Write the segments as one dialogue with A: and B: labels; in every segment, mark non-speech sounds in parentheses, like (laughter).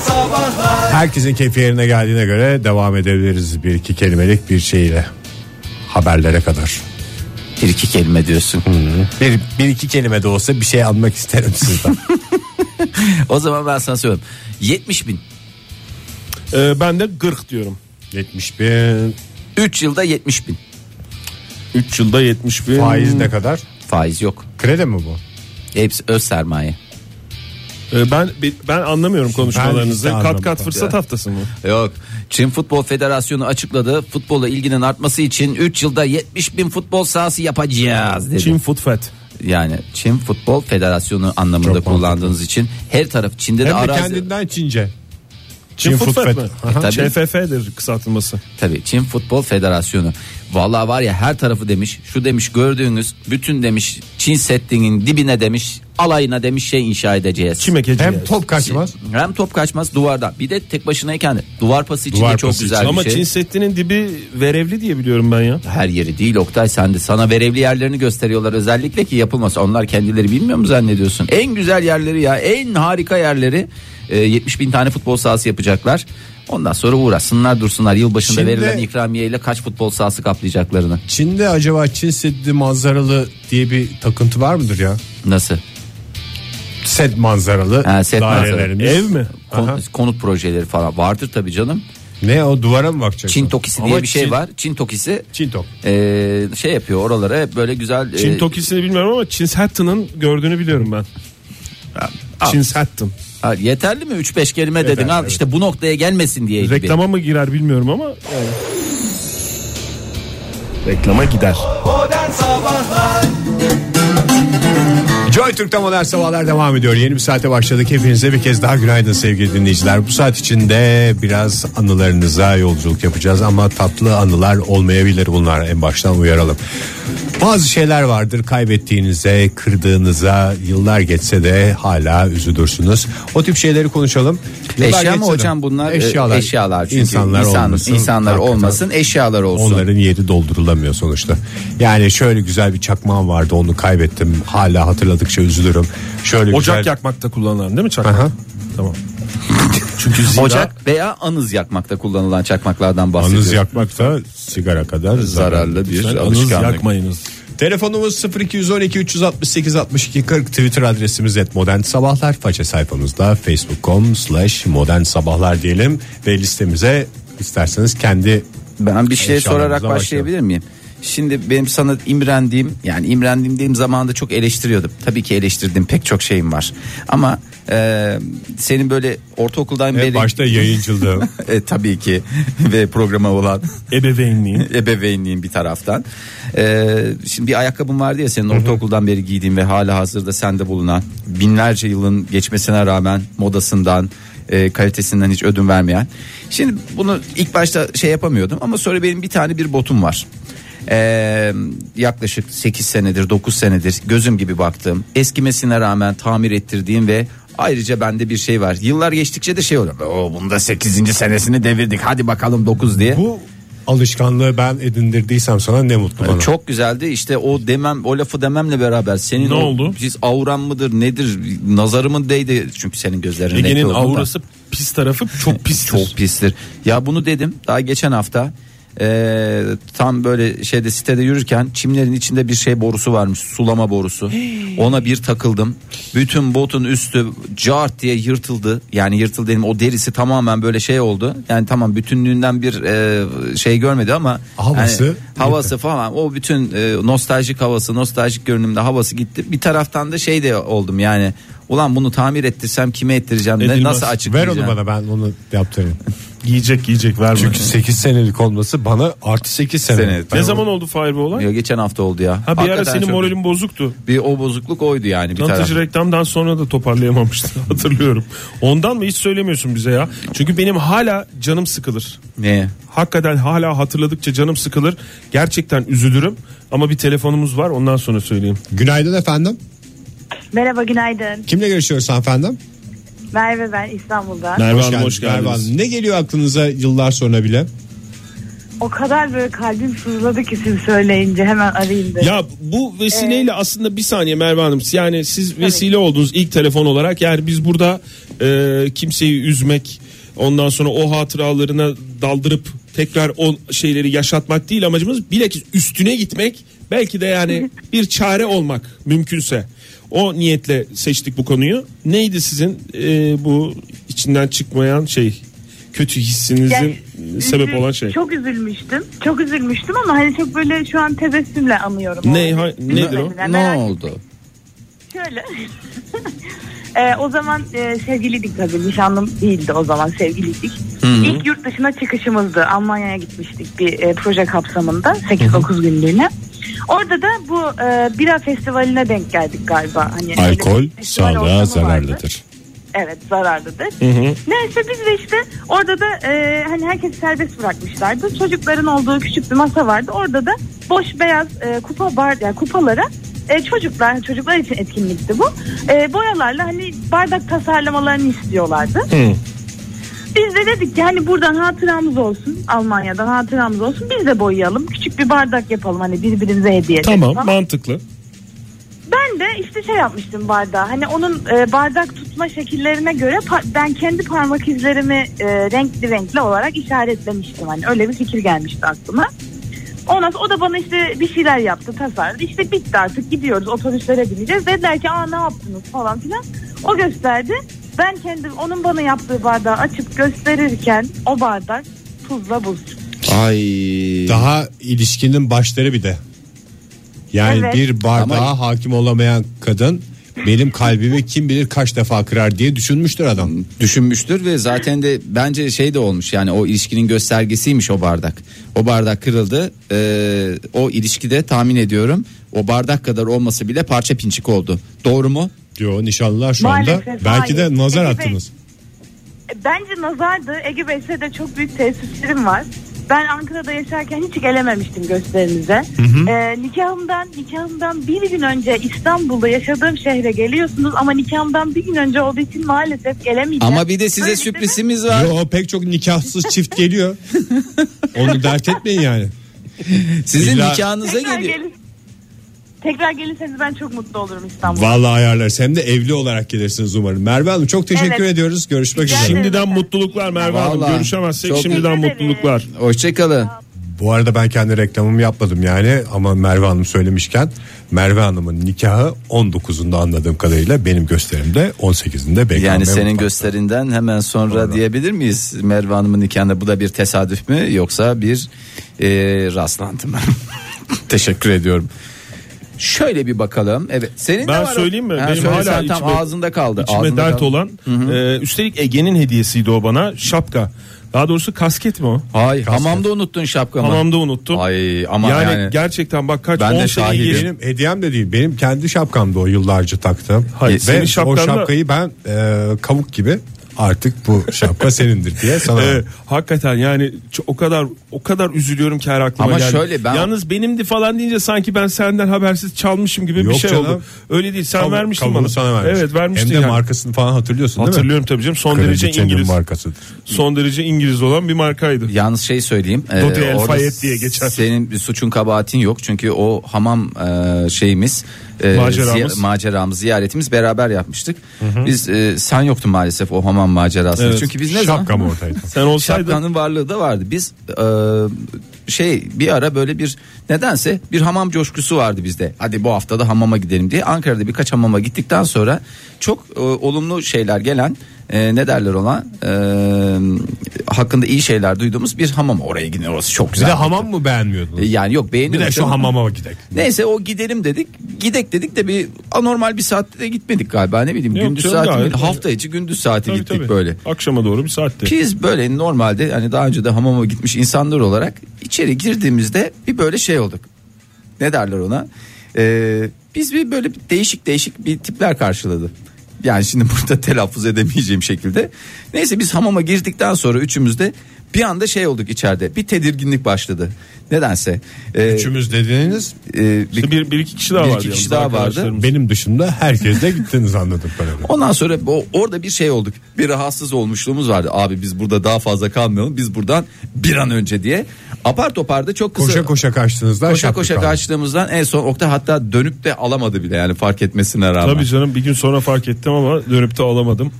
A: sabahlar.
B: Herkesin keyfi yerine geldiğine göre devam edebiliriz bir iki kelimelik bir şeyle haberlere kadar.
C: Bir iki kelime diyorsun.
B: Bir, bir iki kelime de olsa bir şey anmak isterim
C: (laughs)
B: sizden.
C: O zaman ben sana söylüyorum. 70 bin.
D: Ee, ben de gırk diyorum.
B: 70 bin
C: 3 yılda 70 bin.
D: 3 yılda 70 bin.
B: faiz ne kadar?
C: Faiz yok.
B: Kredi mi bu?
C: Hepsi öz sermaye.
D: Ee, ben ben anlamıyorum konuşmalarınızı.
B: Ben hiç de
D: kat kat
B: anlamadım.
D: fırsat haftası mı?
C: Yok. Çin Futbol Federasyonu açıkladı. Futbola ilginin artması için 3 yılda 70 bin futbol sahası yapacağız dedi.
D: Çin Futfet.
C: Yani Çin Futbol Federasyonu anlamında
B: Çok
C: kullandığınız için her taraf Çin'de de
B: Hem de
C: arazi. E,
B: kendinden Çince.
D: Çin,
B: Çin
D: Futfet,
B: Futfet.
D: mi?
B: Aha.
C: Tabii.
D: ÇFF'dir kısaltılması.
C: Tabii Çin Futbol Federasyonu. Vallahi var ya her tarafı demiş. Şu demiş gördüğünüz bütün demiş Çin Seddi'nin dibine demiş alayına demiş şey inşa edeceğiz.
D: Çimekeci.
B: Hem top kaçmaz.
C: Hem top kaçmaz duvardan. Bir de tek başınayken de duvar pası için
B: Duvar
C: de çok
B: pası
C: güzel bir
D: Ama
C: şey.
D: Çin Seddi'nin dibi verevli diye biliyorum ben ya.
C: Her yeri değil Oktay sen de sana verevli yerlerini gösteriyorlar özellikle ki yapılmasa onlar kendileri bilmiyor mu zannediyorsun en güzel yerleri ya en harika yerleri Ee, 70 bin tane futbol sahası yapacaklar ondan sonra uğraşsınlar dursunlar yılbaşında
B: Şimdi-
C: verilen ikramiye ile kaç futbol sahası kaplayacaklarını
B: Çin'de acaba Çin Seddi manzaralı diye bir takıntı var mıdır ya?
C: nasıl
B: Set manzaralı
C: Ha, set
B: dairelerimiz.
D: Ev mi?
C: Kon- konut projeleri falan vardır tabii canım
B: Ne o duvara mı bakacak?
C: Çin tokisi diye
D: Ama
C: bir şey
D: Çin-
C: var Çin tokisi
B: Çin tok.
C: ee, şey yapıyor oralara hep böyle güzel
D: Çin
C: ee,
D: Tokisi'ni bilmiyorum ama Çin Seddi'nin gördüğünü biliyorum ben. Çin Seddi.
C: ha, yeterli mi 3-5 kelime dedin al işte bu noktaya gelmesin diye gibi.
D: Reklama mı girer bilmiyorum ama yani. Reklama gider.
A: Modern Sabahlar
B: Joy Türk'te modern sabahlar devam ediyor. Yeni bir saate başladık. Hepinize bir kez daha günaydın sevgili dinleyiciler. Bu saat içinde biraz anılarınıza yolculuk yapacağız ama tatlı anılar olmayabilir bunlar. En baştan uyaralım. Bazı şeyler vardır kaybettiğinize, kırdığınıza yıllar geçse de hala üzülürsünüz. O tip şeyleri konuşalım. Yıllar
C: Eşya mı
B: geçse de-
C: hocam bunlar?
B: Eşyalar.
C: Eşyalar. eşyalar çünkü
B: insanlar
C: insan,
B: olmasın.
C: insanlar
B: Hakikaten.
C: olmasın, eşyalar olsun.
B: Onların yeri doldurulamıyor sonuçta. Yani şöyle güzel bir çakmağım vardı onu kaybettim. Hala hatırladıkça üzülürüm. Şöyle
D: Ocak
B: güzel...
D: yakmakta kullanılan değil mi çakmak?
B: Aha.
D: Tamam. Çünkü zira
C: Ocak veya anız yakmakta kullanılan çakmaklardan bahsediyorum.
B: Anız yakmak da sigara kadar zararlı.
C: zararlı bir
D: Lütfen anız
C: alışkanlık.
D: yakmayınız.
B: Telefonumuz 0212 368 62 40 Twitter adresimiz et modern sabahlar. Faça sayfamızda facebook.com slash modern sabahlar diyelim. Ve listemize isterseniz kendi
C: Ben bir şey
B: Eşyalarımıza
C: sorarak başlayabilir miyim? Şimdi benim sana imrendiğim yani imrendiğim dediğim zamanında çok eleştiriyordum. Tabii ki eleştirdim pek çok şeyim var. Ama e, senin böyle ortaokuldan
B: en
C: beri...
B: başta yayıncılığım.
C: (laughs) E, tabii ki ve programa olan
D: Ebeveynliğin.
C: (laughs) ebeveynliğin bir taraftan. Ee, şimdi bir ayakkabın vardı ya senin ortaokuldan beri giydiğin ve hala hazırda sende bulunan binlerce yılın geçmesine rağmen modasından e, kalitesinden hiç ödün vermeyen. Şimdi bunu ilk başta şey yapamıyordum ama sonra benim bir tane bir botum var. Ee, yaklaşık 8 senedir 9 senedir gözüm gibi baktığım eskimesine rağmen tamir ettirdiğim ve ayrıca bende bir şey var yıllar geçtikçe de şey oluyor o bunda 8. senesini devirdik hadi bakalım 9 diye
B: Bu alışkanlığı ben edindirdiysem sana ne mutlu bana.
C: çok güzeldi işte o demem o lafı dememle beraber senin
D: Ne
C: o-
D: oldu?
C: Siz avran mıdır nedir nazarımın değdi çünkü senin gözlerin renkli
D: Ege'nin
C: olduğu da.
D: aurası pis tarafı
C: (laughs)
D: çok pis.
C: çok pistir. Ya bunu dedim daha geçen hafta eee, tam böyle şeyde sitede yürürken çimlerin içinde bir şey borusu varmış sulama borusu ona bir takıldım bütün botun üstü cart diye yırtıldı yani yırtıldı dedim o derisi tamamen böyle şey oldu yani tamam bütünlüğünden bir eee, şey görmedi ama
B: Havası
C: yani havası falan o bütün e, nostaljik havası nostaljik görünümde havası gitti bir taraftan da şey de oldum yani ulan bunu tamir ettirsem kime ettireceğim ne-
D: Edilmez.
C: nasıl
B: Ver
C: açıklayacağım
B: onu bana ben onu
C: (laughs)
B: yaptırayım.
D: Giyecek giyecek verme.
B: Çünkü 8 senelik olması bana artı 8 sene.
C: Sene.
B: Ben
D: ne zaman oldu Fahir bu olay?
C: Ya geçen hafta oldu ya.
D: Ha bir
C: Hakikaten
D: ara senin
C: çok-
D: moralin bozuktu.
C: bir o bozukluk oydu yani bir taraf.
D: Tanıtıcı reklamdan sonra da toparlayamamıştın (laughs) hatırlıyorum. Ondan mı hiç söylemiyorsun bize ya? Çünkü benim hala canım sıkılır.
C: Ne?
D: Hakikaten hala hatırladıkça canım sıkılır. Gerçekten üzülürüm. Ama bir telefonumuz var ondan sonra söyleyeyim.
B: Günaydın efendim.
E: Merhaba günaydın.
B: Kimle görüşüyoruz efendim?
E: Merve ben İstanbul'dan.
D: Merve Hanım hoş
B: Merve
D: geldiniz.
B: Hanım. Ne geliyor aklınıza yıllar sonra bile?
E: O kadar böyle kalbim sızladı ki siz söyleyince hemen arayayım dedim.
D: Ya bu vesileyle aslında bir saniye Merve Hanım yani siz vesile oldunuz ilk telefon olarak yani biz burada e, kimseyi üzmek ondan sonra o hatıralarına daldırıp tekrar o şeyleri yaşatmak değil amacımız bilakis üstüne gitmek belki
E: (laughs)
D: de yani bir çare olmak mümkünse o niyetle seçtik bu konuyu neydi sizin e, bu içinden çıkmayan şey kötü hissinizin
E: Yani
D: e, sebep
E: üzül-
D: olan şey
E: Çok üzülmüştüm. Çok üzülmüştüm ama hani çok böyle şu an tebessümle anıyorum.
D: ne
E: O-
D: ha- nedir o
E: Merak
C: Ne
E: etme.
C: oldu?
E: Şöyle. Ee, o zaman e, sevgiliydik tabii nişanlım değildi o zaman sevgiliydik. İlk yurt dışına çıkışımızdı. Almanya'ya gitmiştik bir e, proje kapsamında 8-9 günlüğüne. Orada da bu e, bira festivaline denk geldik galiba. Hani öyle
B: Alkol
E: bir festival
B: sağlığa
E: ortamı vardı.
B: zararlıdır.
E: Evet zararlıdır. Neyse biz de işte orada da e, hani herkes serbest bırakmışlardı. Çocukların olduğu küçük bir masa vardı. Orada da boş beyaz e, kupa bar yani kupalara e, çocuklar çocuklar için etkinlikti bu. E, boyalarla hani bardak tasarlamalarını istiyorlardı. Biz de dedik ki hani buradan hatıramız olsun Almanya'dan hatıramız olsun biz de boyayalım küçük bir bardak yapalım hani birbirimize hediye edelim
D: tamam
E: falan.
D: mantıklı
E: Ben de işte şey yapmıştım bardağı. Hani onun e, bardak tutma şekillerine göre pa- ben kendi parmak izlerimi e, renkli renkli olarak işaretlemiştim. Hani öyle bir fikir gelmişti aklıma. Ondan sonra o da bana işte bir şeyler yaptı tasarladı. İşte bitti artık gidiyoruz otobüslere bineceğiz. Dediler ki aa ne yaptınız falan filan. O gösterdi. Ben kendim onun bana yaptığı bardağı açıp gösterirken o bardak tuzla buz.
C: Ay.
B: Daha ilişkinin başları bir de. Yani
E: Evet.
B: bir bardağa hakim olamayan kadın benim kalbimi kim bilir kaç defa kırar diye düşünmüştür adam.
C: düşünmüştür ve zaten de bence şey de olmuş yani o ilişkinin göstergesiymiş o bardak. O bardak kırıldı. Ee, o ilişkide tahmin ediyorum o bardak kadar olması bile parça pinçik oldu. Doğru mu?
B: Diyor nişanlılar şu anda.
E: Maalesef,
B: Belki de
E: hayır.
B: nazar
E: Peki,
B: attınız.
E: Bence nazardı. Ege Bey size de çok büyük teessüflerim var. Ben Ankara'da yaşarken hiç gelememiştim gösterinize. Ee, nikahımdan nikahımdan bir gün önce İstanbul'da yaşadığım şehre geliyorsunuz ama nikahımdan bir gün önce olduğu için maalesef gelemeyeceğim.
C: Ama bir de
E: Böyle
C: size
E: bir şey mi?
C: sürprizimiz var.
B: Yo pek çok nikahsız çift geliyor. Onu dert etmeyin yani.
C: Sizin
B: İlla-
C: nikahınıza
E: tekrar
C: geliyor.
E: gelin. Tekrar gelirseniz ben çok mutlu olurum İstanbul'a.
B: Vallahi ayarlarız. Hem de evli olarak gelirsiniz umarım. Merve Hanım çok teşekkür
E: Evet.
B: ediyoruz. Görüşmek
E: Rica
B: üzere.
E: ederim.
D: Şimdiden mutluluklar Merve Hanım.
C: Vallahi
D: Görüşemezsek
C: çok-
D: şimdiden
E: Teşekkür ederim.
D: mutluluklar.
C: Hoşçakalın.
B: Bu arada ben kendi reklamımı yapmadım yani ama Merve Hanım söylemişken Merve Hanım'ın nikahı 19'unda anladığım kadarıyla benim gösterimde 18'inde BKM
C: Yani senin
B: mutfakta.
C: gösterinden hemen sonra diyebilir miyiz Merve Hanım'ın nikahında bu da bir tesadüf mü yoksa bir e, rastlantı
D: (laughs)
C: mı? Teşekkür ediyorum. Şöyle bir bakalım. Evet. Senin de
D: Ben
C: var o-
D: söyleyeyim mi?
C: Ha,
D: Benim
C: söyle,
D: hala
C: sen tam
D: içime-
C: ağzında kaldı.
D: İçime
C: Ağzında
D: dert
C: kaldı.
D: olan e, üstelik Ege'nin hediyesiydi o bana şapka. Daha doğrusu kasket mi o?
C: Hayır, hamamda unuttun şapkamı.
D: Hamamda unuttum.
C: Ay ama
D: yani,
C: yani-
D: gerçekten bak kaç
C: Ben de
D: 10 sene
C: şahidim.
D: geri.
B: benim hediyem de değil benim kendi şapkamdı o yıllarca taktım.
D: Hayır, senin
B: Ve o
D: şapkanda-
B: şapkayı ben e, kavuk gibi artık bu şapka senindir
D: (laughs)
B: diye sana.
D: E, hakikaten yani ç- o kadar o kadar üzülüyorum ki her aklıma
C: Ama
D: geldi.
C: şöyle ben-
D: Yalnız benimdi falan deyince sanki ben senden habersiz çalmışım gibi bir
B: Yok
D: şey
B: canım.
D: oldu. Öyle değil sen
B: Kavu-
D: vermiştin
B: kavuğu
D: bana.
B: sana vermiştim.
D: Evet vermiştin
B: Hem de
D: yani.
B: markasını falan hatırlıyorsun değil mi?
D: Hatırlıyorum tabii canım son derece
B: Kraliçenin
D: İngiliz.
B: markasıdır.
D: Son derece İngiliz olan bir markaydı.
C: Yalnız şey söyleyeyim. e,
D: Dodi El
C: orada
D: Fayed diye geçer.
C: Senin bir suçun kabahatin yok. Çünkü o hamam e, şeyimiz e,
D: Maceramız.
C: ziya- maceramız, ziyaretimiz beraber yapmıştık. Biz e, sen yoktun maalesef o hamam macerasında.
D: Evet.
C: Çünkü biz ne zaman
B: Şapkam oradaydı.
C: (laughs)
D: Sen olsaydın
C: Şapkanın varlığı da vardı. Biz e, şey bir ara böyle bir nedense bir hamam coşkusu vardı bizde. Hadi bu hafta da hamama gidelim diye. Ankara'da birkaç hamama gittikten sonra çok e, olumlu şeyler gelen e, ne derler ona E, hakkında iyi şeyler duyduğumuz bir hamam oraya gidin orası çok
B: Bir
C: güzel.
B: de hamam mı beğenmiyordunuz?
C: E, yani yok
B: Bir
C: beğeniyorum.
B: de şu
C: canım.
B: hamama gidelim.
C: Neyse o gidelim dedik. Gidek dedik de bir anormal bir saatte de gitmedik galiba ne bileyim
D: Yok
C: gündüz
D: canım,
C: saati
D: gayet-
C: hafta içi gündüz saati
D: Tabii,
C: gittik
D: tabii.
C: böyle.
D: Akşama doğru bir saatte.
C: Biz böyle normalde hani daha önce de hamama gitmiş insanlar olarak içeri girdiğimizde bir böyle şey olduk. Ne derler ona? Ee, biz bir böyle bir değişik değişik bir tipler karşıladı. (laughs) Yani şimdi burada telaffuz edemeyeceğim şekilde. Neyse biz hamama girdikten sonra üçümüz de Bir anda şey olduk içeride. Bir tedirginlik başladı. Nedense. Ee,
B: Üçümüz dediğiniz
C: e, bir-
D: İşte bir, bir iki kişi daha
C: Bir iki kişi
D: vardı. yalnız,
C: daha vardı.
D: arkadaşlarımız.
B: benim dışında herkes de gittiniz anladım kadarıyla.
C: Ondan sonra o, orada bir şey olduk. Bir rahatsız olmuşluğumuz vardı. Abi biz burada daha fazla kalmayalım. Biz buradan bir an önce diye. Apar topar da çok (laughs) kısa.
B: Koşa koşa kaçtığınızda
C: koşa,
B: şapka
C: koşa
B: kaldı.
C: kaçtığımızdan en son Oktay hatta dönüp de alamadı bile yani fark etmesine rağmen.
D: Tabii canım bir gün sonra fark ettim ama dönüp de alamadım.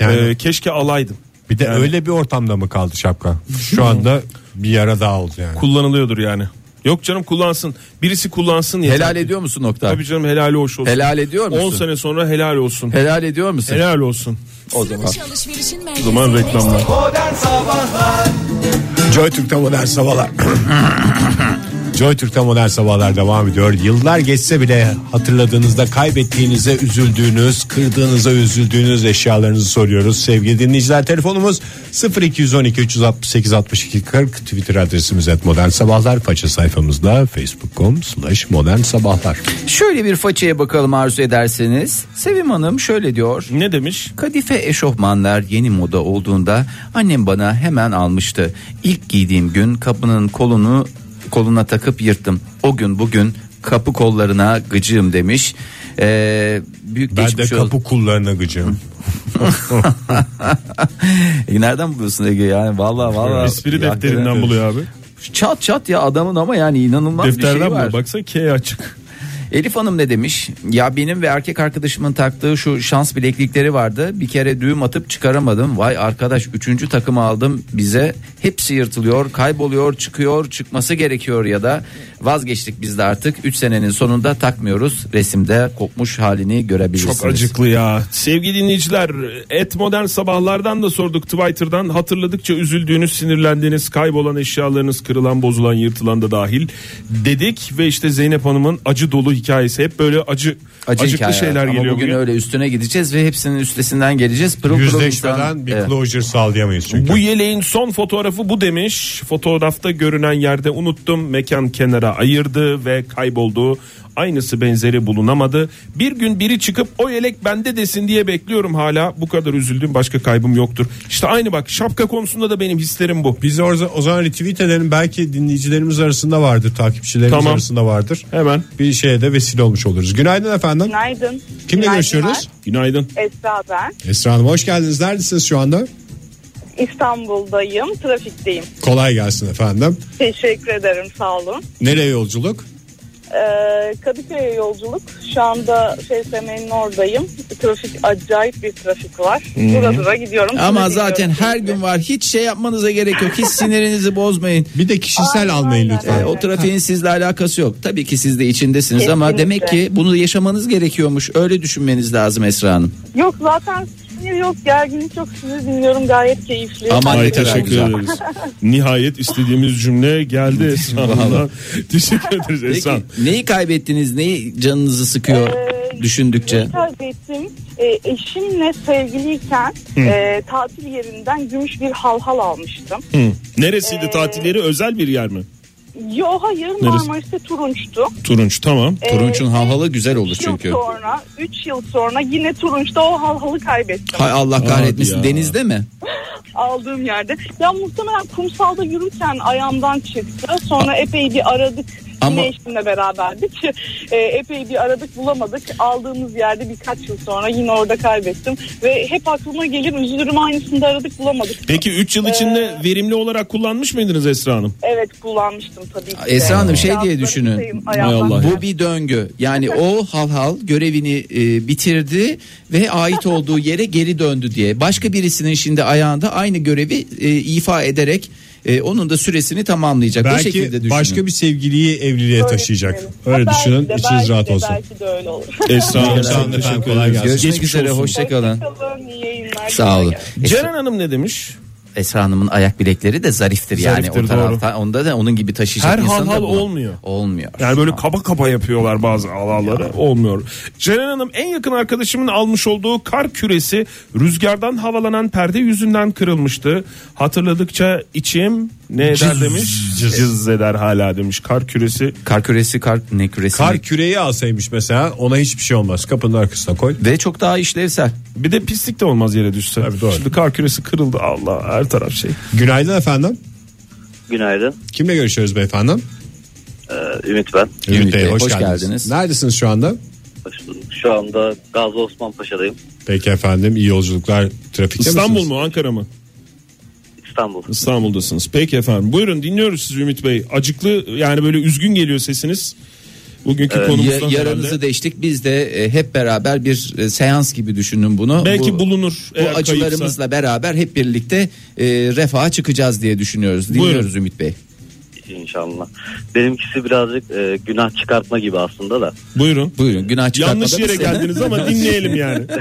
B: Yani-
D: Ee, keşke alaydım.
B: Bir de öyle bir ortamda mı kaldı şapka?
C: Hmm.
B: Şu anda bir yara daha oldu yani.
D: Kullanılıyordur yani. Yok canım kullansın. Birisi kullansın ya.
C: Helal ediyor musun Oktay?
D: Tabii canım helali hoş olsun.
C: Helal ediyor musun?
D: 10 sene sonra helal olsun.
C: Helal ediyor musun?
D: Helal olsun.
C: O zaman.
D: O zaman reklamlar.
A: Modern Sabahlar
B: Joy Türk'te modern sabahlar. (laughs) Joy Türk'te modern sabahlar devam ediyor. Yıllar geçse bile hatırladığınızda kaybettiğinize üzüldüğünüz, kırdığınıza üzüldüğünüz eşyalarınızı soruyoruz. Sevgili dinleyiciler telefonumuz 0212 368 62 40 Twitter adresimiz et modern sabahlar. Faça sayfamızda facebook.com slash modern sabahlar.
C: Şöyle bir façaya bakalım arzu ederseniz. Sevim Hanım şöyle diyor.
D: Ne demiş?
C: Kadife eşofmanlar yeni moda olduğunda annem bana hemen almıştı. İlk giydiğim gün kapının kolunu koluna takıp yırttım. O gün bugün kapı kollarına gıcığım demiş. Ee, büyük
B: Ben de
C: geçmiş olsun.
B: kapı kullarına gıcığım.
C: (laughs) E, Nereden buluyorsun Ege yani? Vallahi vallahi.
D: Espri
C: Ya,
D: defterinden
C: hakikaten.
D: buluyor abi.
C: Çat çat ya adamın ama yani inanılmaz bir
D: Defterden
C: şey var.
D: buluyor. Baksana K açık.
C: Elif Hanım ne demiş? Ya benim ve erkek arkadaşımın taktığı şu şans bileklikleri vardı. Bir kere düğüm atıp çıkaramadım. Vay arkadaş üçüncü takımı aldım bize. Hepsi yırtılıyor, kayboluyor, çıkıyor, çıkması gerekiyor ya da vazgeçtik biz de artık. 3 senenin sonunda takmıyoruz. Resimde kopmuş halini görebilirsiniz.
D: Çok acıklı ya. Sevgili dinleyiciler, et modern sabahlardan da sorduk Twitter'dan. Hatırladıkça üzüldüğünüz, sinirlendiğiniz, kaybolan eşyalarınız, kırılan, bozulan, yırtılan da dahil dedik ve işte Zeynep Hanım'ın acı dolu hikayesi. Hep böyle acı,
C: Acı
D: acıklı
C: hikaye.
D: şeyler
C: Ama
D: geliyor
C: bugün,
D: bugün.
C: öyle üstüne gideceğiz ve hepsinin üstesinden geleceğiz. Pırıl pırıl insan-
B: Yüzleşmeden bir
C: Evet.
B: closure sağlayamayız çünkü.
D: Bu yeleğin son fotoğrafı bu demiş. Fotoğrafta görünen yerde unuttum. Mekan kenara ayırdı ve kayboldu. Aynısı benzeri bulunamadı. Bir gün biri çıkıp o yelek bende desin diye bekliyorum hala. Bu kadar üzüldüm başka kaybım yoktur. İşte aynı bak şapka konusunda da benim hislerim bu.
B: Biz orada o zaman retweet edelim. Belki dinleyicilerimiz arasında vardır, takipçilerimiz
D: Tamam.
B: arasında vardır.
D: Hemen.
B: Bir şeye de vesile olmuş oluruz. Günaydın efendim.
F: Günaydın.
B: Kimle
F: Günaydınlar.
B: görüşüyoruz?
D: Günaydın.
F: Esra ben.
B: Esra Hanım hoş geldiniz. Neredesiniz şu anda?
F: İstanbul'dayım, trafikteyim.
B: Kolay gelsin efendim.
F: Teşekkür ederim, sağ olun.
B: Nereye yolculuk?
F: Ee, Kadıköy'e yolculuk. Şu anda FSM'nin oradayım. Trafik acayip bir trafik var. Dura dura gidiyorum.
C: Ama
F: Size
C: zaten
F: dinliyorum
C: her
F: şimdi.
C: gün var. Hiç şey yapmanıza
F: (laughs)
C: gerek yok. Hiç sinirinizi bozmayın.
B: Bir de kişisel
F: Aynen,
B: almayın
F: aynen.
B: lütfen.
C: Ee, o trafiğin sizle alakası yok. Tabii ki siz de içindesiniz ama
F: Kesinlikle.
C: demek ki bunu yaşamanız gerekiyormuş. Öyle düşünmeniz lazım Esra Hanım.
F: Yok zaten sinir yok. Gerginlik yok. Sizi dinliyorum gayet keyifli.
C: Aman
D: Ay
C: ne kadar
D: teşekkür
C: güzel.
D: ederiz.
F: (laughs)
D: Nihayet istediğimiz
C: (laughs)
D: cümle geldi Esra Hanım'dan. Teşekkür ederiz
C: Peki,
D: Esra Hanım.
C: neyi kaybettiniz? Neyi canınızı sıkıyor
F: Ee,
C: düşündükçe?
F: neyi Kaybettim. Ee, eşimle sevgiliyken e, tatil yerinden gümüş bir halhal almıştım.
D: Hı. Neresiydi
F: Ee,
D: tatilleri özel bir yer mi?
F: Yo hayır Marmaris'te turunçtu.
D: Turunç tamam.
C: Turunç'un havhalı güzel olur
F: Üç yıl
C: çünkü.
F: sonra 3 yıl sonra yine Turunç'ta o halhalı kaybettim.
C: Hay Allah kahretmesin.
D: ya.
C: Denizde mi?
F: Aldığım yerde. Ya muhtemelen kumsalda yürürken ayağımdan çıktı. Sonra epey bir aradık.
C: Ama-
F: Yine eşimle beraberdik. (laughs) E, epey bir aradık bulamadık. Aldığımız yerde birkaç yıl sonra yine orada kaybettim. Ve hep aklıma gelir üzülürüm aynısını da aradık bulamadık.
D: Peki 3 yıl içinde verimli olarak kullanmış mıydınız Esra Hanım?
F: Evet kullanmıştım tabii ki. de.
C: Esra Hanım şey diye
F: Ayaklarımdayım,
C: düşünün.
F: ayağımdan.
D: Allah.
C: Bu bir döngü. Yani o halhal görevini e, bitirdi ve ait olduğu yere geri döndü diye. Başka birisinin şimdi ayağında aynı görevi e, ifa ederek e, onun da süresini tamamlayacak. o şekilde
B: Belki
C: düşünün.
B: başka bir sevgiliyi evliliğe
F: Öyle
B: taşıyacak.
F: düşünelim.
B: Öyle
F: Ha, belki
B: düşünün.
F: de,
B: İçiniz
F: belki
B: rahat
F: de,
B: olsun.
F: Belki de öyle olur.
D: (laughs) Esra Hanım.
B: Sağ olun efendim, kolay gelsin.
C: Görüşmek
D: Geçmiş
C: üzere
D: olsun.
C: hoşçakalın.
F: Hoşçakalın, iyi yayınlar.
C: Sağ olun.
D: Ceren Hanım ne demiş?
C: Esra Hanım'ın ayak bilekleri de zariftir,
D: Zariftir,
C: yani o tarafta. Onda da onun gibi taşıyacak
D: Her
C: insan
D: hal
C: da
D: hal
C: bulun-
D: olmuyor.
C: Olmuyor.
D: Yani böyle kaba kaba yapıyorlar bazı alaları. Olmuyor. Ceren Hanım en yakın arkadaşımın almış olduğu kar küresi rüzgardan havalanan perde yüzünden kırılmıştı. Hatırladıkça içim ne eder
B: Cız,
D: demiş?
B: cız.
D: Cız eder hala demiş. Kar küresi
C: Kar küresi kar ne küresi
B: Kar
C: ne-
B: küreği alsaymış mesela ona hiçbir şey olmaz. Kapının arkasına koy.
C: ve çok daha işlevsel.
D: bir de pislik de olmaz yere düşse.
B: Tabii, doğru.
D: Şimdi kar küresi kırıldı Allah her taraf şey.
B: Günaydın efendim.
G: Günaydın.
B: Kimle görüşüyoruz beyefendi?
G: Ee, Ümit ben.
C: Ümit Bey, hoş geldiniz.
B: Neredesiniz şu anda?
G: Hoş bulduk. Şu anda Gazi Osman Paşa'dayım.
B: Peki efendim iyi yolculuklar trafikte
D: İstanbul
B: misiniz?
D: mu Ankara mı?
G: İstanbul.
D: İstanbul'dasınız. Peki efendim. Buyurun dinliyoruz siz Ümit Bey. Acıklı yani böyle üzgün
G: (laughs)
D: geliyor sesiniz. Bugünkü
C: Ee, Ya-
D: konumuzdan
C: yaranızı
D: herhalde.
C: deştik. Biz de e, hep beraber bir e, seans gibi düşünün bunu.
D: Belki
C: Bu-
D: bulunur.
C: Bu acılarımızla beraber hep birlikte e, refaha çıkacağız diye düşünüyoruz. Dinliyoruz Ümit Bey.
G: İnşallah. Benimkisi birazcık e, günah çıkartma gibi aslında da.
D: Buyurun.
C: Buyurun günah çıkartmadan
D: Yanlış yere
C: seni- (laughs)
D: geldiniz ama dinleyelim yani.
G: (laughs)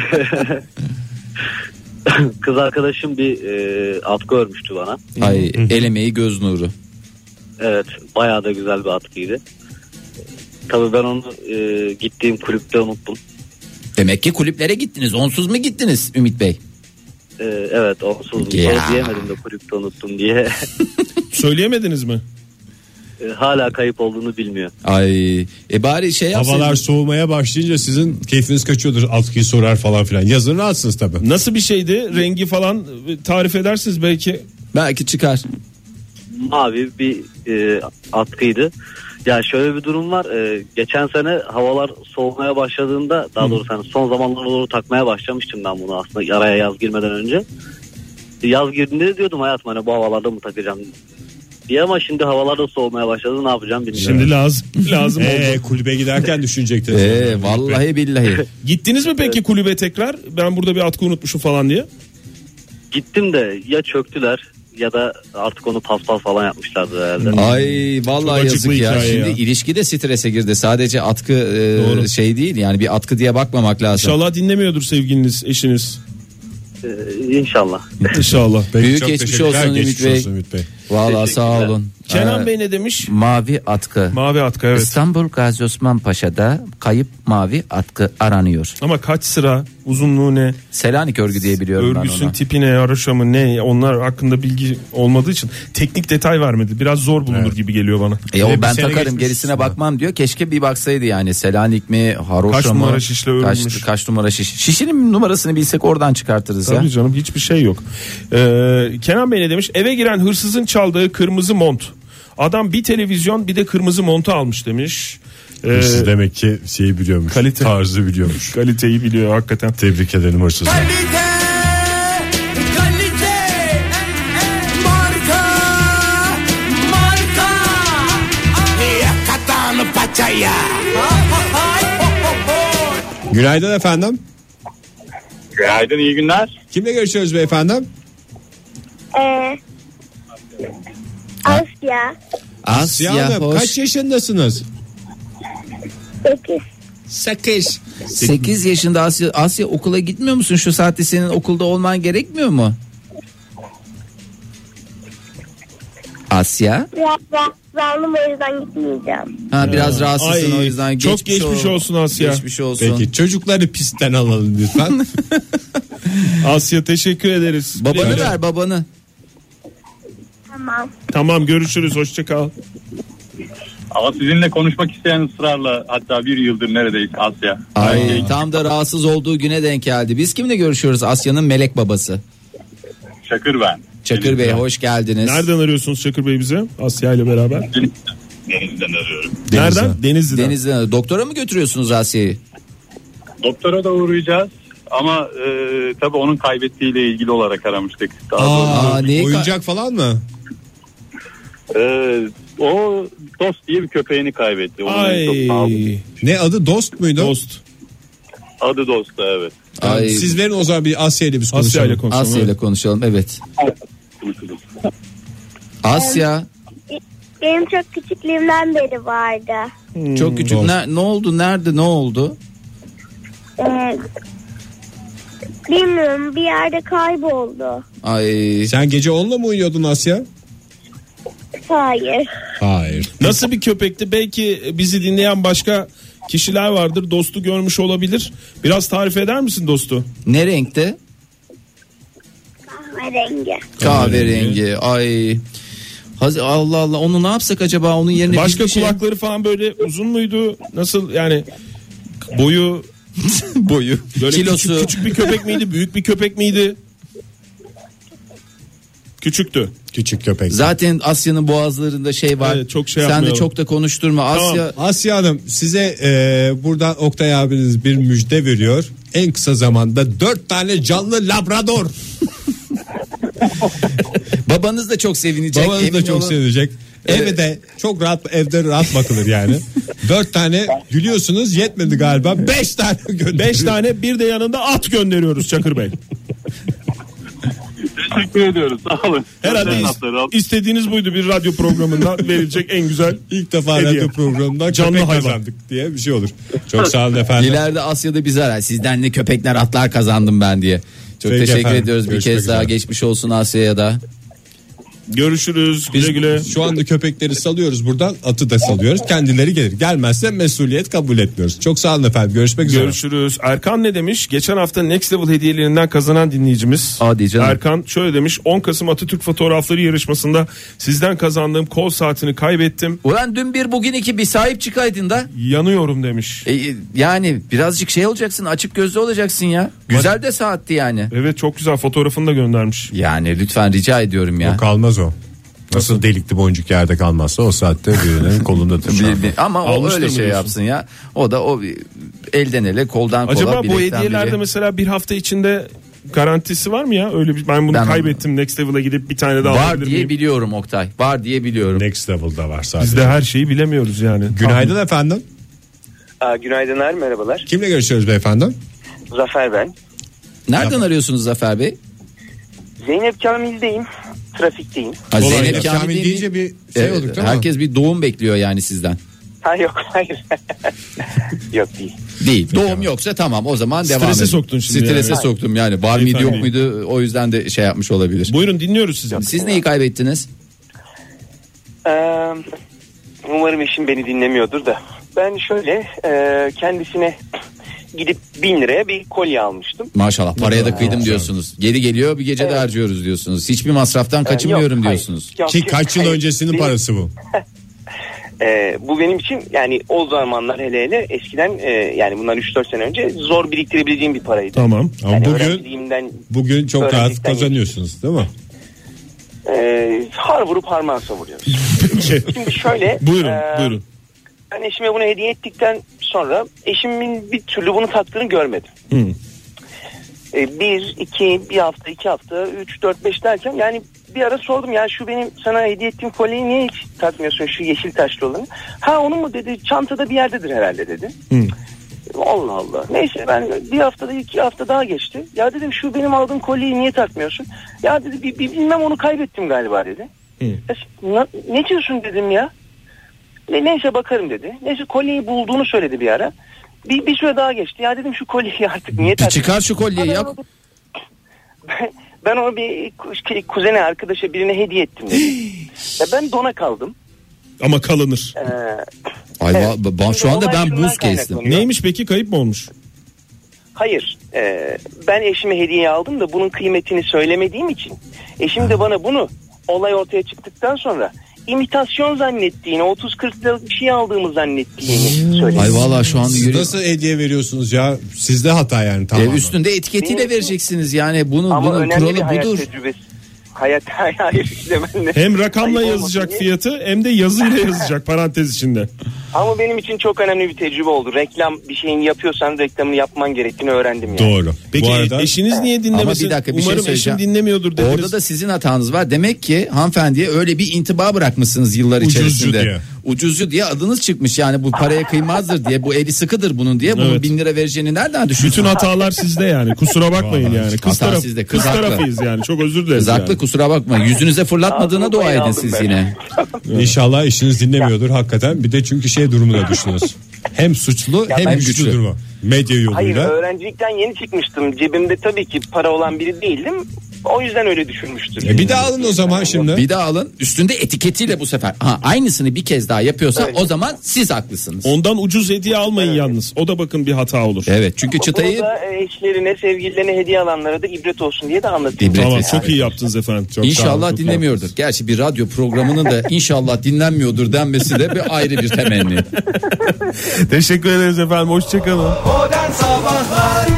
G: Kız arkadaşım bir e, atkı örmüştü bana.
C: Ay elemeyi göz nuru.
G: Evet bayağı da güzel bir atkıydı. Tabii ben onu e, gittiğim kulüpte unuttum.
C: Demek ki kulüplere gittiniz. Onsuz mu gittiniz Ümit Bey?
G: E, evet onsuz
C: Ya.
G: diyemedim de kulüpte unuttum diye. (laughs)
D: Söyleyemediniz mi?
G: E, hala kayıp olduğunu bilmiyor.
C: Ay e bari şey yapsaydınız.
B: Havalar soğumaya başlayınca sizin keyfiniz kaçıyordur. Atkıyı sorar falan filan. Yazın rahatsınız tabii.
D: Nasıl bir şeydi? Rengi falan e, tarif edersiniz belki.
C: Belki çıkar.
G: mavi bir e, atkıydı. Ya şöyle bir durum var. E, geçen sene havalar soğumaya başladığında daha doğrusu hani son zamanlara doğru takmaya başlamıştım ben bunu aslında araya yaz girmeden önce. E, Yaz girdiğinde de diyordum hayatım hani bu havalarda mı takacağım diye ama şimdi havalarda soğumaya başladı ne yapacağım bilmiyorum.
D: Şimdi lazım (laughs) lazım oldu.
B: Ee, kulübe giderken düşünecektiniz.
C: E, vallahi billahi.
D: (laughs) Gittiniz mi peki kulübe tekrar? Ben burada bir atkı unutmuşum falan diye.
G: Gittim de ya çöktüler ya da artık onu paspas falan yapmışlardı herhalde.
C: Ay vallahi
D: Çok
C: yazık
D: acıklı
C: ya.
D: hikaye
C: Şimdi
D: ya.
C: ilişki de strese girdi. Sadece atkı e,
D: Doğru.
C: şey değil yani bir atkı diye bakmamak lazım.
D: İnşallah dinlemiyordur sevgiliniz, eşiniz.
G: E, inşallah.
D: (laughs) İnşallah.
B: Peki,
C: Büyük
B: çok
C: geçmiş
B: teşekkürler.
C: olsun Ümit
B: Geçmiş
C: Bey.
B: olsun Ümit Bey.
C: Vallahi sağ
G: Teşekkürler.
C: olun.
D: Kenan
C: Ee,
D: Bey ne demiş?
C: Mavi atkı.
D: Mavi atkı evet.
C: İstanbul Gazi Osman Paşa'da kayıp mavi atkı aranıyor.
D: Ama kaç sıra, uzunluğu ne,
C: Selanik örgü diye biliyorum ben
D: örgüsün
C: onu.
D: tipi ne, araşamı ne onlar hakkında bilgi olmadığı için teknik detay vermedi. Biraz zor bulunur gibi geliyor bana. Ee,
C: E,
B: Ve bir
C: o ben
B: sene
C: takarım
B: geçmiş
C: gerisine
B: üstüne.
C: bakmam diyor. Keşke bir baksaydı yani. Selanik mi, Haroşa
D: Kaç
C: mı?
D: numara şişle
C: Kaç-
D: örülmüş?
C: Kaç, numara şiş? Şişinin numarasını bilsek oradan çıkartırız ya.
D: Tabii canım hiçbir şey yok. Ee, Kenan Bey ne demiş? Eve giren hırsızın çaldığı kırmızı mont. Adam bir televizyon bir de kırmızı montu almış demiş. Ee,
B: Hırsız demek ki şeyi biliyormuş.
D: kalite.
B: Tarzı
D: (laughs)
B: biliyormuş.
D: kaliteyi biliyor hakikaten.
B: Tebrik ederim hırsızı.
A: Kalite, kalite, marka, marka. Yakatan paçaya.
B: Günaydın efendim.
H: Günaydın iyi günler.
B: Kimle görüşüyoruz beyefendi?
I: Ee, Asya
C: Asya,
B: Ziya Hanım
C: hoş.
B: kaç yaşındasınız?
I: Sekiz.
C: 8. 8 yaşında Asya, Asya okula gitmiyor musun? Şu saatte senin okulda olman gerekmiyor mu? Asya.
I: Biraz rahatsızlandım o yüzden gitmeyeceğim.
C: Ha
B: Ee,
C: biraz rahatsızsın
D: ay,
C: o yüzden.
D: çok geçmiş olsun Asya.
C: Geçmiş olsun.
B: Peki çocukları pistten alalım lütfen.
D: Asya teşekkür ederiz. Ee,
C: Babanı
D: Böyle-
C: ver babanı.
I: Tamam.
D: Tamam görüşürüz hoşça kal.
H: Ama sizinle konuşmak isteyen ısrarla hatta bir yıldır neredeyiz Asya.
C: Ay tam da rahatsız olduğu güne denk geldi. Biz kimle görüşüyoruz? Asya'nın melek babası.
H: Şakır ben.
C: Çakır Bey hoş geldiniz.
D: Nereden arıyorsunuz Çakır Bey bize? Asya ile beraber.
H: Denizden- Denizden arıyorum.
D: Nereden? Denizli'den.
C: Denizden. Doktora mı götürüyorsunuz Asya'yı?
H: Doktora da uğrayacağız. Ama e, tabii onun kaybettiğiyle ilgili olarak aramıştık. Daha doğrusu,
C: (laughs) Aa, neyi ka-
B: Oyuncak falan mı?
H: e, o dost diye bir köpeğini kaybetti. Onun çok pahalı-
D: Ay.
B: Ne adı dost muydu?
D: Dost.
H: Adı dost da evet.
B: Yani
C: Ay,
B: Siz verin o zaman bir Asya ile biz konuşalım.
D: Asya ile konuşalım.
C: Asya ile konuşalım evet.
H: Konuşuruz.
C: Asya
I: Benim çok küçüklüğümden beri vardı.
D: Hmm.
C: çok küçük.
B: doğru.
C: Ne, ne oldu? Nerede? Ne oldu?
I: Ee, bilmiyorum bir yerde kayboldu.
C: Ay
B: Sen gece onunla mı uyuyordun Asya?
I: Hayır.
B: Hayır.
D: Nasıl bir köpekti? Belki bizi dinleyen başka kişiler vardır. Dostu görmüş olabilir. Biraz tarif eder misin dostu?
C: ne renkte?
I: Kahverengi.
C: Kahverengi. Ay Haz- Allah Allah onu ne yapsak acaba onun yerine biz
D: Başka
C: bir şey-
D: kulakları falan böyle uzun muydu? Nasıl yani boyu
C: boyu
D: böyle
C: kilosu
D: Küçük, küçük bir köpek miydi? Büyük bir köpek miydi? Küçüktü.
B: Küçük köpek.
C: Zaten Asya'nın boğazlarında şey var.
D: Evet, çok şey
C: Sen de
D: yapmayalım.
C: çok da konuşturma. Asya
D: Tamam.
B: Asya Hanım size e, buradan Oktay abiniz bir müjde veriyor. En kısa zamanda dört tane canlı labrador.
C: (laughs) babanız da çok sevinecek.
B: Babanız da
C: emin
B: çok
C: olun.
B: sevinecek. Eve de çok rahat evde rahat bakılır yani. Dört tane gülüyorsunuz yetmedi galiba. Beş tane gönderiyor.
D: Beş tane bir de yanında at gönderiyoruz Çakır Bey.
H: Teşekkür ediyoruz. Sağ olun.
D: Herhalde
H: Güzel
D: is-
H: lafları al.
D: istediğiniz buydu bir radyo programından verilecek en güzel.
B: İlk defa
D: Hediye.
B: radyo programından
D: Canlı
B: köpek
D: hayvan.
B: kazandık diye bir şey olur. Çok sağ olun efendim.
C: İleride Asya'da biz arar. Sizden ne köpekler atlar kazandım ben diye. Çok
B: Peki
C: teşekkür
B: efendim,
C: ediyoruz bir
B: görüşmek
C: kez daha
B: üzere.
C: geçmiş olsun Asya'ya da.
D: Görüşürüz. Güle güle.
B: Şu anda köpekleri salıyoruz buradan atı da salıyoruz. Kendileri gelir. Gelmezse mesuliyet kabul etmiyoruz. Çok sağ olun efendim. Görüşmek üzere.
D: Görüşürüz. Erkan ne demiş? Geçen hafta Next Level hediyelerinden kazanan dinleyicimiz.
C: Hadi canım.
D: Erkan şöyle demiş. 10 Kasım Atatürk fotoğrafları yarışmasında sizden kazandığım kol saatini kaybettim.
C: Ulan dün bir bugün iki bir sahip çıkaydın da.
D: Yanıyorum demiş.
C: E, e, yani birazcık şey olacaksın açık gözlü olacaksın ya. Güzel de saatti yani.
D: Evet çok güzel fotoğrafını da göndermiş.
C: Yani lütfen rica ediyorum ya.
B: Kalmaz o. Nasıl delikli boncuk yerde kalmazsa o saatte birinin kolunda taşıyor.
C: Bir- bir- ama o
D: Almıştır
C: öyle
D: mı
C: şey
D: diyorsun?
C: yapsın ya. O da o bir- elden ele koldan kola
D: Acaba bu
C: bilekten
D: hediyelerde
C: bileğe.
D: mesela bir hafta içinde garantisi var mı ya? Öyle bir, ben bunu
C: Ben-
D: kaybettim. Next Level'a gidip bir tane daha
C: var
D: alabilir
C: diye
D: miyim?
C: biliyorum Oktay. Var diye biliyorum.
B: Next level'da var sadece.
D: Biz de her şeyi bilemiyoruz yani.
B: Günaydın efendim.
J: Aa, günaydınlar merhabalar.
B: Kimle görüşüyoruz beyefendi?
J: Zafer ben.
C: Nereden arıyorsunuz Zafer Bey?
J: Zeynep Kamil'deyim. Trafikteyim.
C: Ha,
B: Kolay
C: Zeynep
B: gelsin.
C: Kamil e,
B: Kamil
C: değil
B: deyince
C: mi?
B: bir şey
C: Evet,
B: olduk değil mi?
C: Herkes bir doğum bekliyor yani sizden.
J: Ha yok hayır. yok değil.
C: Değil. doğum yoksa tamam o zaman devam
D: Strese
C: edin.
D: soktun şimdi
C: Strese
D: yani.
C: soktum yani. Var mıydı yok muydu o yüzden de şey yapmış olabilir.
D: Buyurun dinliyoruz sizi.
C: Siz neyi kaybettiniz?
J: Ee, umarım eşim beni dinlemiyordur da. Ben şöyle e, kendisine gidip bin liraya bir kolye almıştım.
C: Maşallah paraya da kıydım diyorsunuz. Geri geliyor bir gece de harcıyoruz diyorsunuz. Hiçbir masraftan
J: Ee,
C: kaçınmıyorum
J: yok, hayır.
C: diyorsunuz. E,
J: Yok,
B: Ki kaç yıl
J: hayır,
B: öncesinin
J: değil.
B: parası bu.
J: Ee, bu benim için yani o zamanlar hele hele eskiden e, yani bundan 3-4 sene önce zor biriktirebileceğim bir paraydı.
D: Tamam.
B: Ama
J: Yani
B: bugün
J: öğrenciliğimden
B: bugün çok rahat
J: öğrencilikten
B: kazanıyorsunuz değil mi?
J: e, har vurup harman
D: (laughs)
J: savuruyoruz. Şimdi şöyle.
D: Buyurun
J: e,
D: buyurun.
J: Ben eşime bunu hediye ettikten sonra eşimin bir türlü bunu taktığını görmedim. E, bir, iki, bir hafta, iki hafta, üç, dört, beş derken yani bir ara sordum ya şu benim sana hediye ettiğim kolyeyi niye hiç takmıyorsun şu yeşil taşlı olanı? Ha onu mu dedi çantada bir yerdedir herhalde dedi. Allah Allah. Neyse ben bir haftada iki hafta daha geçti. Ya dedim şu benim aldığım kolyeyi niye takmıyorsun? Ya dedi bir, bir bilmem onu kaybettim galiba dedi. Ya, "Na- Ne diyorsun dedim ya. Ne, neyse bakarım dedi. Neyse kolyeyi bulduğunu söyledi bir ara. Bir, bir süre daha geçti. Ya dedim şu kolyeyi (laughs) artık niye takmıyorsun?
C: Çıkar şu kolyeyi
J: Ben
C: yap.
J: onu- (laughs) ben onu bir ku- şey, kuzene arkadaşa birine hediye ettim
C: (gasps)
J: dedim. ya ben dona kaldım.
D: Ama kalınır.
J: Ee,
C: Ay,
J: Evet.
C: va- ba- şu anda
J: Olay
C: ben
J: şundan
C: buz kestim.
J: kaynaklanıyor.
D: Neymiş peki kayıp mı olmuş?
J: Hayır. ee, ben eşime hediye aldım da bunun kıymetini söylemediğim için. Eşim de bana bunu olay ortaya çıktıktan sonra imitasyon zannettiğini, 30-40 liralık bir şey aldığımı zannettiğini
D: (laughs)
J: söyledi.
C: Ay vallahi şu anda
B: Siz
C: yürü.
B: nasıl hediye veriyorsunuz ya? Sizde hata yani
C: E,
B: tamam.
C: üstünde etiketiyle
J: Benim-
C: vereceksiniz yani bunun
J: Ama
C: bunun
J: önemli bir
C: kuralı
J: hayat
C: budur.
J: tecrübesi. Hayat hayır demenle.
D: Hem rakamla
J: Ayıp olmasın
D: yazacak
J: diye.
D: fiyatı hem de yazıyla yazacak parantez içinde.
J: Ama benim için çok önemli bir tecrübe oldu. Reklam bir şeyin yapıyorsan reklamını yapman gerektiğini öğrendim yani.
B: Doğru.
D: Peki
B: Bu arada
D: eşiniz niye
C: Ama
D: dinlemesin?
C: bir dakika bir
D: Umarım
C: şey
D: eşim
C: söyleyeceğim.
D: dinlemiyordur dediniz.
C: Orada da sizin hatanız var. Demek ki hanımefendiye öyle bir intiba bırakmışsınız yıllar
B: Ucuzcu
C: içerisinde.
B: diye.
C: Ucuzcu diye adınız çıkmış yani bu paraya kıymazdır diye bu eli sıkıdır bunun diye bunun
D: Evet.
C: bin lira vereceğini nereden
D: bütün
C: düşünsün?
D: hatalar sizde yani. Kusura bakmayın yani. Kız,
C: Hata
D: taraf,
C: sizde,
D: kız,
C: kız haklı.
D: tarafıyız yani. Çok özür dileriz.
C: Kızaklı
D: yani.
C: kusura bakma yüzünüze fırlatmadığına
J: Ağzını
C: dua
J: payını
C: edin
J: aldım
C: siz
J: ben. (laughs)
C: yine.
B: İnşallah eşiniz dinlemiyordur hakikaten. Bir de çünkü şey durumuna düştünüz. Hem suçlu hem
C: ben-
B: güçlü,
C: güçlü.
B: durumu. Medya
J: Hayır
B: yoluyla.
J: öğrencilikten yeni çıkmıştım. Cebimde tabii ki para olan biri değildim. O yüzden öyle düşünmüştür.
B: E, bir daha alın o zaman şimdi.
C: Bir daha alın üstünde etiketiyle bu sefer. Ha, aynısını bir kez daha yapıyorsa o zaman siz haklısınız.
D: Ondan ucuz hediye almayın yalnız. O da bakın bir hata olur.
C: Evet çünkü
J: Bunu
C: çıtayı
J: da e, eşlerine, sevgililerine hediye alanlara da ibret olsun diye de anlatayım.
C: İbret.
D: Tamam
C: Evet,
D: çok
C: yani.
D: iyi yaptınız efendim. Çok sağ olun,
C: İnşallah
D: çok
C: dinlemiyordur. Gerçi bir radyo programının da inşallah dinlenmiyordur denmesi de bir ayrı bir temenni.
D: haklısınız. Teşekkür ederiz efendim. Hoşçakalın.
A: Modern Sabahlar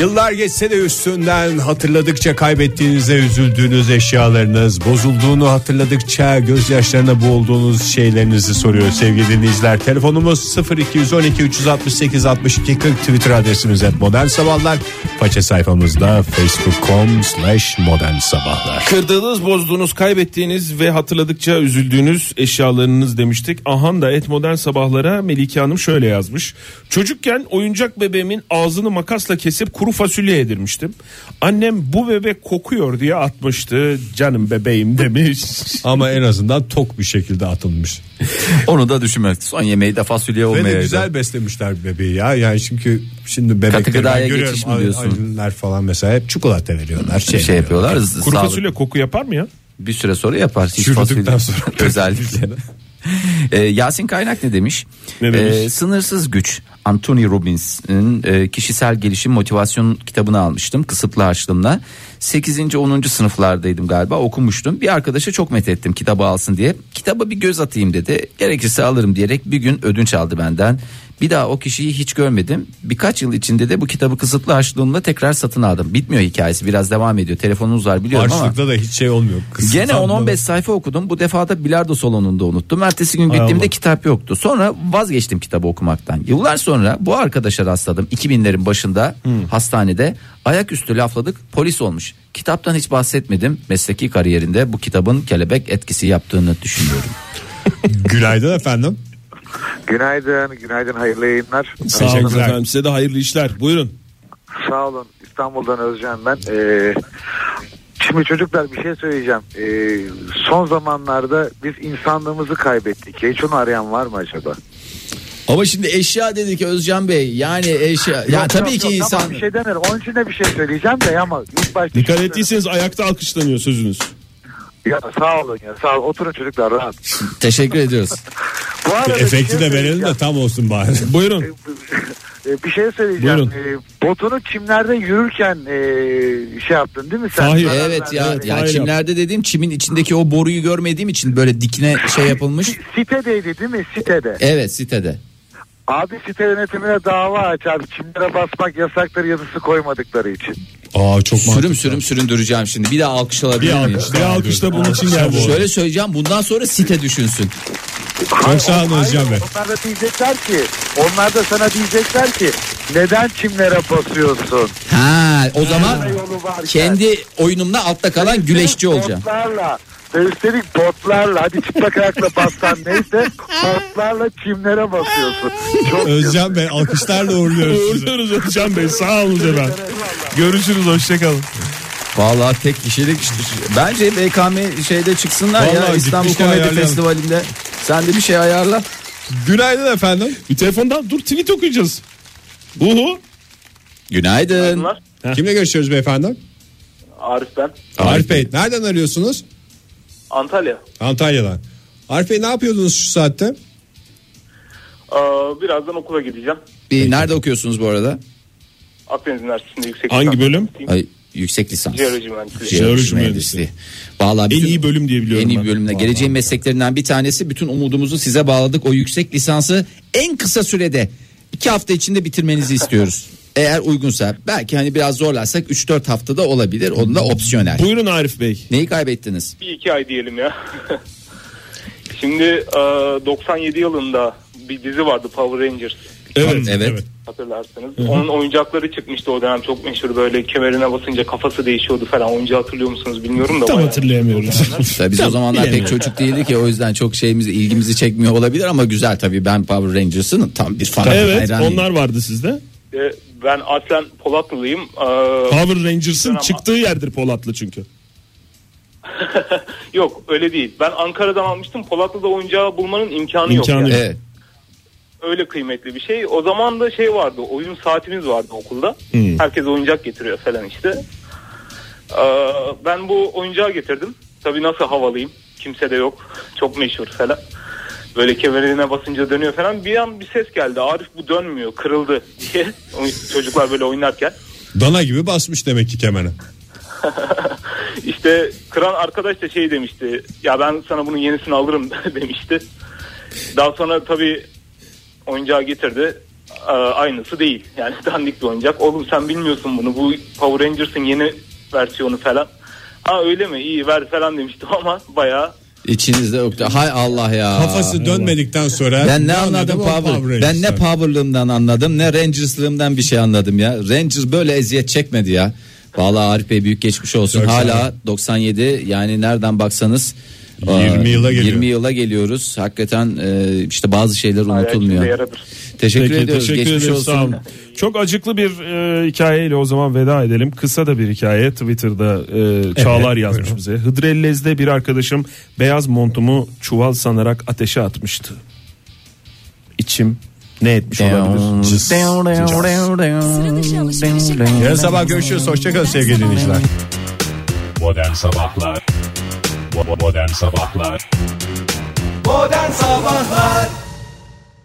B: Yıllar geçse de üstünden hatırladıkça kaybettiğinizde üzüldüğünüz eşyalarınız, bozulduğunu hatırladıkça gözyaşlarına boğulduğunuz şeylerinizi soruyor sevgili dinleyiciler. Telefonumuz 0212 368 62 40 Twitter adresimiz et modern sabahlar. Faça sayfamızda facebook.com slash modern sabahlar.
D: Kırdığınız, bozduğunuz, kaybettiğiniz ve hatırladıkça üzüldüğünüz eşyalarınız demiştik. Ahan da et modern sabahlara Melike Hanım şöyle yazmış. Çocukken oyuncak bebeğimin ağzını makasla kesip kuru fasulye yedirmiştim. Annem bu bebek kokuyor diye atmıştı. Canım bebeğim demiş.
B: (laughs) Ama en azından tok bir şekilde atılmış.
C: Onu da düşünmek. Son yemeği de fasulye
B: Ve de
C: olmayaydı.
B: güzel beslemişler bebeği ya. Yani çünkü şimdi bebekleri
C: gıdaya
B: ben görüyorum.
C: geçiş mi diyorsun?
B: aileler falan mesela hep çikolata veriyorlar.
C: Bir şey yapıyorlar.
D: Kuru
C: Sağlık-
D: fasulye koku yapar mı ya?
C: Bir süre sonra yapar. Hiç
B: Çürüdükten
C: fasulye- (laughs)
B: sonra.
C: Özellikle. Ee, Yasin Kaynak ne demiş? Ee,
D: Ne demiş?
C: sınırsız güç. Anthony Robbins'in e, kişisel gelişim motivasyon kitabını almıştım kısıtlı harçlığımla. 8. 10. sınıflardaydım galiba okumuştum. Bir arkadaşa çok methettim kitabı alsın diye. Kitaba bir göz atayım dedi. Gerekirse alırım diyerek bir gün ödünç aldı benden. Bir daha o kişiyi hiç görmedim. Birkaç yıl içinde de bu kitabı kısıtlı harçlığımla tekrar satın aldım. Bitmiyor hikayesi biraz devam ediyor. Telefonunuz var biliyorum ama.
B: Harçlıkta da hiç şey olmuyor. Kısıtlı
C: Gene 10-15 sayfa okudum. Bu defa da bilardo salonunda unuttum. Ertesi gün
B: Allah.
C: gittiğimde kitap yoktu. Sonra vazgeçtim kitabı okumaktan. Yıllar sonra bu arkadaşa rastladım. 2000'lerin başında hastanede ayaküstü lafladık. Polis olmuş. Kitaptan hiç bahsetmedim. Mesleki kariyerinde bu kitabın kelebek etkisi yaptığını (laughs) düşünüyorum.
B: Günaydın efendim.
K: Günaydın, günaydın, hayırlı yayınlar.
D: Sağ olun
B: Teşekkürler.
D: efendim. Size de hayırlı işler. Buyurun.
K: Sağ olun, İstanbul'dan Özcan ben. Ee, şimdi çocuklar bir şey söyleyeceğim. Ee, son zamanlarda biz insanlığımızı kaybettik. Hiç onu arayan var mı acaba?
C: Ama şimdi eşya dedik Özcan Bey. Yani eşya. Ya
K: Yok,
C: tabii
K: yok,
C: ki
K: yok,
C: insan.
K: Tamam, bir şey demiyorum. Onun için de bir şey söyleyeceğim de ama ilk başta...
D: Dikkat ettiyseniz ayakta alkışlanıyor sözünüz.
K: Ya sağ olun ya sağ olun. Oturun çocuklar rahat.
C: Teşekkür ediyoruz.
K: Bu arada bir
B: Efekti
K: şey
B: de verelim de
K: söyleyeceğim.
B: tam olsun bari.
D: Buyurun.
K: Ee, bir şey söyleyeceğim.
D: Buyurun.
K: Ee, botunu çimlerde yürürken ee, şey yaptın değil mi sen?
D: Tahir.
K: Zarar
C: Evet ya,
K: verdin.
C: ya
D: aynen.
C: çimlerde dediğim çimin içindeki o boruyu görmediğim için böyle dikine şey yapılmış.
K: Sitedeydi değil mi? Sitede.
C: Evet sitede.
K: Abi site yönetimine dava aç abi. Çimlere basmak yasaktır yazısı koymadıkları için.
B: Aa çok
C: Sürüm sürüm süründüreceğim şimdi. Bir daha alkış
D: Bir
C: alabilir miyim?
D: alkış, bir alkış da bunun için geldi.
C: Şöyle söyleyeceğim bundan sonra site düşünsün.
K: Hayır,
B: sağ olun
K: hayır,
B: Özcan Bey.
K: Onlar da diyecekler ki, onlar da sana diyecekler ki neden çimlere basıyorsun?
C: Ha o zaman
K: Yolu varken.
C: kendi oyunumla altta kalan güleşçi olacağım.
K: Botlarla ve üstelik botlarla hadi çıplak ayakla bastan neyse botlarla çimlere basıyorsun. Çok
B: Özcan Bey alkışlarla uğurluyoruz sizi.
D: Uğurluyoruz Özcan Bey. Sağ olun efendim. Görüşürüz. Hoşçakalın.
C: Vallahi tek kişilik iştir. Bence BKM şeyde çıksınlar ya
B: Vallahi
C: İstanbul
B: gitmişken
C: Komedi
B: ayarlayalım.
C: Festivali'nde. Sen de bir şey ayarla.
B: Günaydın efendim.
D: Bir telefondan dur tweet okuyacağız. Uhu.
C: Günaydın.
B: Kimle görüşüyoruz beyefendi?
J: Arif ben.
B: Arif Bey. Nereden arıyorsunuz?
J: Antalya.
B: Antalya'dan. Arif Bey ne yapıyordunuz şu saatte?
J: birazdan okula gideceğim.
C: Bir, nerede okuyorsunuz bu arada?
J: Akdeniz Üniversitesi'nde yüksek
D: Hangi bölüm?
C: Ay, yüksek lisans.
J: Jeoloji mühendisliği.
C: Jeoloji
D: Jeoloji
C: mühendisliği. Vallahi
D: En
C: bütün-
D: iyi bölüm diye biliyorum
C: En iyi
D: ben.
C: bölümle
D: Vallahi.
C: geleceğin mesleklerinden bir tanesi. Bütün umudumuzu size bağladık. O yüksek lisansı en kısa sürede iki hafta içinde bitirmenizi istiyoruz. Eğer uygunsa belki hani biraz zorlarsak 3-4 haftada olabilir. Onun da opsiyonel.
D: Buyurun Arif Bey.
C: Neyi kaybettiniz?
J: bir iki ay diyelim ya. (laughs) Şimdi e, 97 yılında bir dizi vardı Power Rangers
D: Evet.
C: Evet.
J: hatırlarsınız. Onun oyuncakları çıkmıştı o dönem çok meşhur böyle kemerine basınca kafası değişiyordu falan. Oyuncu hatırlıyor musunuz bilmiyorum da.
D: Tam
J: bayağı-
D: hatırlayamıyorum.
C: Tabii biz o zamanlar pek
D: bilemiyorum.
C: çocuk değildik ya o yüzden çok şeyimizi ilgimizi çekmiyor olabilir ama güzel tabii ben Power Rangers'ın tam bir fanı
D: evet
C: hayranıyım.
D: onlar vardı sizde.
J: E, ben aslen Polatlılıyım. E,
D: Power Rangers'ın
J: Ama-
D: çıktığı yerdir Polatlı çünkü.
L: (laughs)
J: yok öyle değil. Ben Ankara'dan almıştım. Polatlı'da oyuncağı bulmanın imkanı, yok.
D: İmkanı
J: yani.
D: yok.
C: Evet.
J: Öyle kıymetli bir şey. O zaman da
D: Hmm.
J: şey vardı. Oyun saatimiz vardı okulda. Herkes oyuncak getiriyor falan işte.
L: Ee, ben bu oyuncağı getirdim. Tabii nasıl havalıyım. Kimse de yok. Çok meşhur falan. Böyle kemerine basınca dönüyor falan. Bir an bir ses geldi. Arif bu dönmüyor. Kırıldı (laughs) diye. Çocuklar böyle oynarken.
B: Dana gibi basmış demek ki kemene.
L: İşte kıran arkadaş da şey demişti. Ya ben sana bunun yenisini alırım (laughs) demişti. Daha sonra tabii oyuncağı getirdi. Ee, aynısı değil. Yani (laughs) dandik bir oyuncak. Oğlum sen bilmiyorsun bunu. Bu Power Rangers'ın yeni versiyonu falan. Ha öyle mi? İyi ver falan demişti (laughs) ama bayağı
C: İçinizde öptü. Hay Allah ya.
B: Kafası dönmedikten sonra
C: Ben ne
B: anladı
C: anladım
B: bu
C: power.
B: Power Rangers?
C: ben ne powerlığımdan anladım ne rangerslığımdan bir şey anladım ya. Rangers böyle eziyet çekmedi ya. Vallahi Arif Bey büyük geçmiş olsun.
B: 90.
C: Hala 97 yani nereden baksanız
B: 20 yıla geliyor.
C: 20 yıla geliyoruz. Hakikaten e, işte bazı şeyler
L: içinde
C: unutulmuyor.
L: yaradır.
C: Teşekkür
D: Peki,
C: ediyoruz.
D: teşekkür
C: geçmiş
D: ederim,
C: olsun.
D: sağ olun. Çok acıklı bir e, hikayeyle o zaman veda edelim. Kısa da bir hikaye. Twitter'da e, Çağlar yazmış bize. Hıdrellez'de bir arkadaşım beyaz montumu çuval sanarak ateşe atmıştı. İçim ne etmiş olabilir?
B: Yarın sabah görüşürüz. Hoşçakalın sevgili dinleyiciler.
M: Modern Sabahlar Bo- Modern Sabahlar
A: Modern Sabahlar